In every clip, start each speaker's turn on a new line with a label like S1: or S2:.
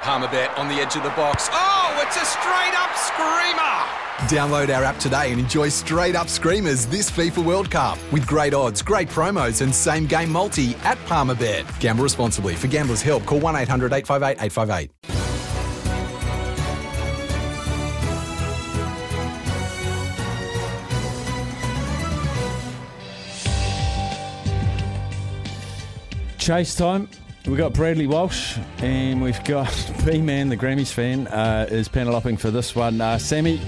S1: Palmerbet on the edge of the box. Oh, it's a straight up screamer!
S2: Download our app today and enjoy straight up screamers this FIFA World Cup with great odds, great promos, and same game multi at Palmerbet. Gamble responsibly. For gamblers' help, call 1 800 858 858.
S3: Chase time. We've got Bradley Walsh and we've got B Man, the Grammys fan, uh, is paneloping for this one. Uh, Sammy,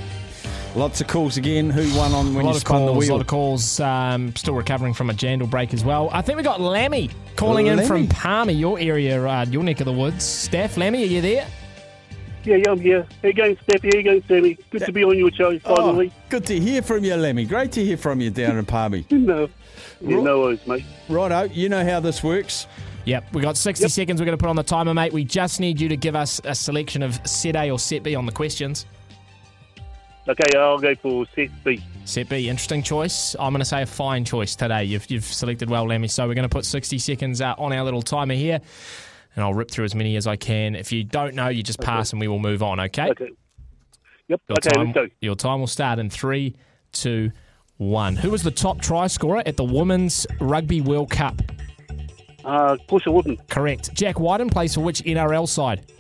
S3: lots of calls again. Who won on when
S4: a
S3: you
S4: lot of
S3: spun
S4: calls,
S3: the wheel?
S4: a lot of calls. Um, still recovering from a jandal break as well. I think we got Lammy calling in
S3: Lammy.
S4: from Palmer, your area, uh, your neck of the woods. Steph, Lammy, are you there?
S5: Yeah, yeah, I'm here. How you going, Steppy? How you going, Sammy? Good to be on your show,
S3: Oh,
S5: finally.
S3: good to hear from you, Lemmy. Great to hear from you down in Palmy.
S5: No. Yeah,
S3: Ro-
S5: no worries, mate.
S3: Righto, you know how this works.
S4: Yep, we got 60 seconds we're going to put on the timer, mate. We just need you to give us a selection of set A or set B on the questions.
S5: Okay, I'll go for set B.
S4: Set B, interesting choice. I'm going to say a fine choice today. You've, you've selected well, Lemmy. So we're going to put 60 seconds uh, on our little timer here, and I'll rip through as many as I can. If you don't know, you just pass and we will move on, okay?
S5: Okay. Yep.
S4: Your,
S5: okay,
S4: time,
S5: let's go.
S4: your time will start in three, two, one. Who was the top try scorer at the Women's Rugby World Cup?
S5: Uh, Portia Wooden,
S4: Correct. Jack Wyden plays for which NRL side?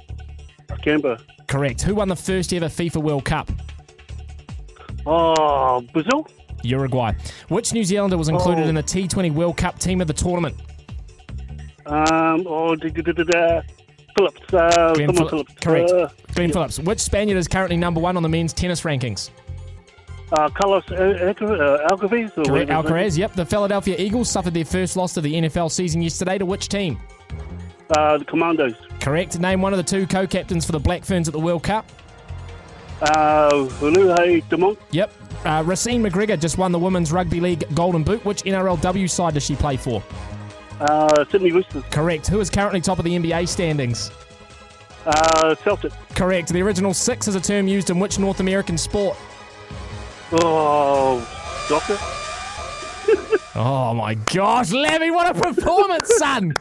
S5: Canberra.
S4: Correct. Who won the first ever FIFA World Cup?
S5: Oh, Brazil?
S4: Uruguay. Which New Zealander was included
S5: Oh.
S4: in the T20 World Cup team of the tournament?
S5: Um, oh, da, da, da, da, da. Phillips. Uh,
S4: Glenn
S5: someone
S4: Phillips.
S5: Phillips.
S4: Correct.
S5: Uh,
S4: Glenn Phillips. Which Spaniard is currently number one on the men's tennis rankings?
S5: uh, Carlos uh, Alca- uh, Alcaraz? Or
S4: Correct.
S5: whatever his
S4: Alcaraz. Yep. The Philadelphia Eagles suffered their first loss of the NFL season yesterday to which team?
S5: name is. Uh, the Commandos.
S4: Correct. Name one of the two co-captains for the Black Ferns at the World Cup.
S5: Uh, Huluhei Demont.
S4: Yep. Uh, Racine McGregor just won the Women's Rugby League Golden Boot. Which NRLW side does she play for?
S5: Uh, Sydney Roosters.
S4: Correct. Who is currently top of the NBA standings?
S5: Uh, Celtic.
S4: Correct. The original six is a term used in which North American sport?
S5: Oh, Doctor.
S4: Oh my gosh, Lemmy, what a performance, son!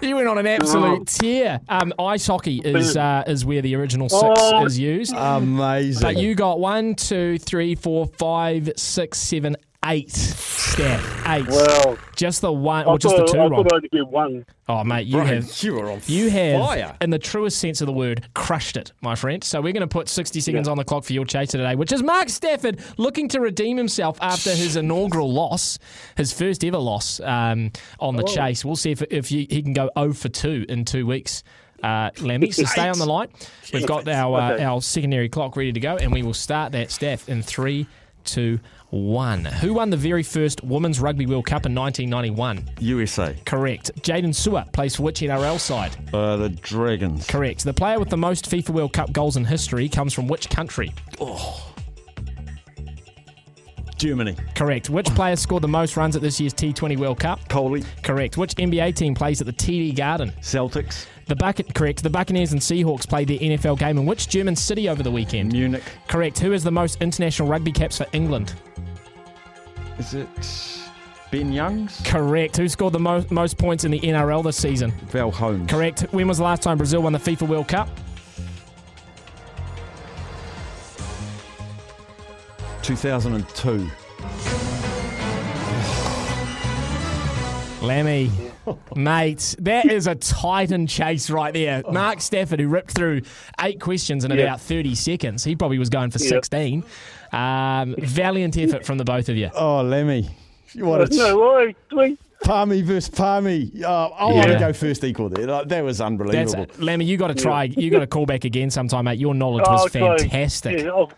S4: You went on an
S3: Oh.
S4: absolute tear. Um, ice hockey is uh, is where the original six
S5: Oh.
S4: is used.
S3: Uh. Amazing.
S4: But you got one, two, three, four, five, six, seven, eight. Staff eight.
S5: Wow.
S4: just the one,
S5: I
S4: or just the
S5: thought-
S4: two
S5: I
S4: wrong.
S5: thought I'd get one.
S4: Oh mate, you
S3: Brian,
S4: have
S3: you are on
S4: You have,
S3: fire.
S4: in the truest sense of the word, crushed it, my friend. So we're going to put 60 seconds on the clock for your chaser today, which is Mark Stafford looking to redeem himself after his inaugural loss, his first ever loss um, on the chase. We'll see if, if you, he can go 0 for 2 in two weeks. Uh, Lemmy, so stay on the line. We've got our uh,
S5: Okay.
S4: our secondary clock ready to go, and we will start that staff in three, two, one. Who won the very first Women's Rugby World Cup in 1991?
S6: USA.
S4: Correct. Jaden Sewer plays for which NRL side?
S6: Uh, the Dragons.
S4: Correct. The player with the most FIFA World Cup goals in history comes from which country?
S6: Germany.
S4: Correct. Which player scored the most runs at this year's T20 World Cup?
S6: Coley.
S4: Correct. Which NBA team plays at the TD Garden?
S6: Celtics.
S4: The bucket. Correct. The Buccaneers and Seahawks played their NFL game in which German city over the weekend?
S6: Munich.
S4: Correct. Who has the most international rugby caps for England?
S6: Is it Ben Youngs?
S4: Correct. Who scored the mo- most points in the NRL this season?
S6: Val Holmes.
S4: Correct. When was the last time Brazil won the FIFA World Cup?
S6: 2002.
S4: Lammy, mate, that is a titan chase right there.
S3: Oh.
S4: Mark Stafford, who ripped through eight questions in
S5: Yeah.
S4: about 30 seconds, he probably was going for 16. Um, valiant effort from the both of you.
S3: Oh, Lemmy.
S4: Oh,
S3: What a ch-
S5: No, why? Wait.
S3: Palmy versus Palmy. Oh, I want
S4: Yeah.
S3: to go first equal there. Like, that was
S4: That's
S3: unbelievable.
S4: Lammy, you got to try, you got to call back again sometime, mate. Your knowledge was
S5: Oh, guys,
S4: fantastic.
S5: yeah, oh,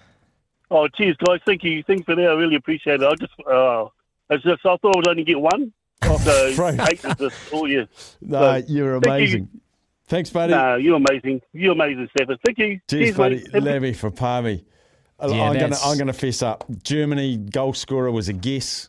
S5: oh, cheers, guys. Thank you. Thanks for that. I really appreciate it. I just, uh, it's just, I thought I would only get one. So,
S3: Right.
S5: eight is just all you.
S3: No,
S5: So,
S3: you're
S5: thank you.
S3: amazing. Thank you, Thanks, buddy.
S5: No, you're amazing. You're amazing, Stefan. Thank you.
S3: Jeez,
S5: Cheers,
S3: buddy.
S5: mate.
S3: Levy for Palmy. Uh,
S4: Yeah,
S3: I'm going to
S4: that's-
S3: I'm gonna fess up. Germany goal scorer was a guess.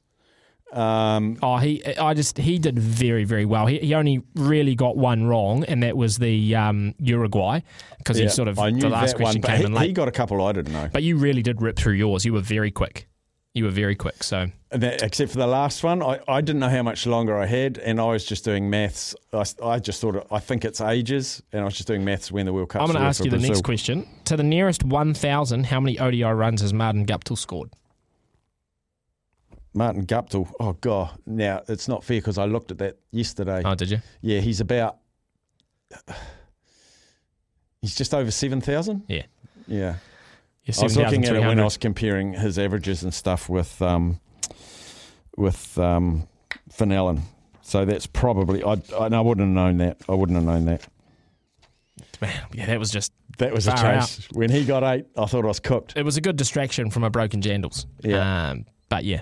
S3: Um,
S4: Oh, he! I just he did very very well. He, he only really got one wrong, and that was the um, Uruguay because
S3: yeah,
S4: he sort of
S3: I knew
S4: the
S3: that
S4: last question
S3: one, but
S4: came
S3: he,
S4: in
S3: he
S4: late.
S3: got a couple I didn't know.
S4: but you really did rip through yours. You were very quick. You were very quick. So
S3: And that- except for the last one, I, I didn't know how much longer I had, and I was just doing maths. I, s- I just thought, it- I think it's ages, and I was just doing maths when the World Cup
S4: I'm going to
S3: started
S4: ask
S3: for
S4: you the
S3: Brazil.
S4: next question. To the nearest 1,000, how many ODI runs has Martin Guptill scored?
S3: Martin Guptill, oh, God. Now, it's not fair because I looked at that yesterday.
S4: Oh, did you?
S3: Yeah, he's about. He's just over seven thousand.
S4: Yeah.
S3: Yeah,
S4: You're
S3: I was looking at it when
S4: 7,300.
S3: I was comparing his averages and stuff with um, with um, Van Allen. So that's probably I, I. and I wouldn't have known that. I wouldn't have known that.
S4: Man, yeah, that was just.
S3: That was a
S4: Far
S3: chase. When he got eight, I thought I was cooked.
S4: It was a good distraction from a broken jandals.
S3: Yeah.
S4: Um, but yeah,